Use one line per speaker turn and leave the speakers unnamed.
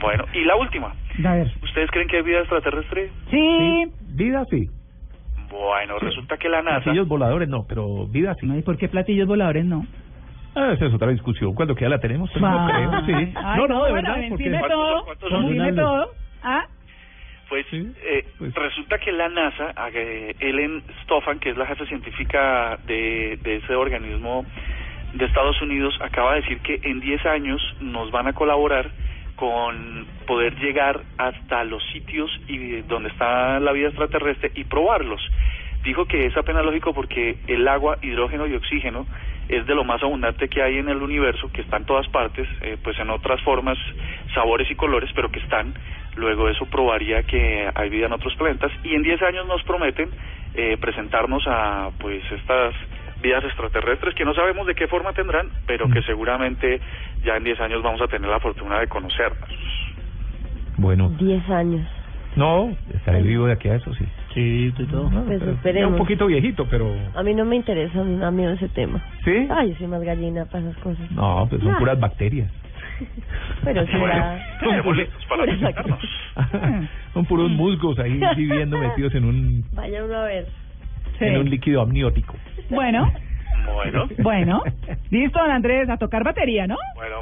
Bueno, y la última.
A ver.
¿Ustedes creen que hay vida extraterrestre?
Sí.
Vida sí.
Bueno, resulta que la NASA...
Platillos voladores no, pero vida sí.
No, ¿y por qué platillos voladores no?
Ah, esa es otra discusión. Cuando queda la tenemos, pero no
Ay.
creo, sí.
Ay,
no, no, de
bueno,
verdad.
encima
Porque...
¿Cuántos-
todo,
cuántos
son?
dime
Ronaldo.
todo. Ah,
Pues,
Sí,
eh,
pues.
resulta que la NASA, eh, Ellen Stofan, que es la jefa científica de, de ese organismo de Estados Unidos, acaba de decir que en 10 años nos van a colaborar con poder llegar hasta los sitios y donde está la vida extraterrestre y probarlos. Dijo que es apenas lógico porque el agua, hidrógeno y oxígeno es de lo más abundante que hay en el universo, que está en todas partes, eh, pues en otras formas, sabores y colores, pero que están. Luego eso probaría que hay vida en otros planetas y en 10 años nos prometen eh, presentarnos a pues estas vidas extraterrestres que no sabemos de qué forma tendrán, pero que seguramente ya en 10 años vamos a tener la fortuna de conocerlas.
Bueno,
10 años.
no, estaré vivo de aquí a eso, sí.
sí, de todo.
No,
Pues
pero ya
esperemos.
un poquito viejito, pero...
A mí no me interesa, a mí me da miedo ese tema.
¿Sí?
Ay, yo soy más gallina para esas cosas.
No, pues
Ah.
son
No.
puras bacterias.
Pero sí
Bueno,
da-
estaremos listos para
Exacto.
visitarnos.
Ah.
son puros
Mm.
musgos ahí viviendo metidos en un,
Vaya uno a ver.
en un
Sí.
líquido amniótico.
Bueno,
Bueno,
bueno. Listo, don Andrés, a tocar batería, ¿no?
bueno.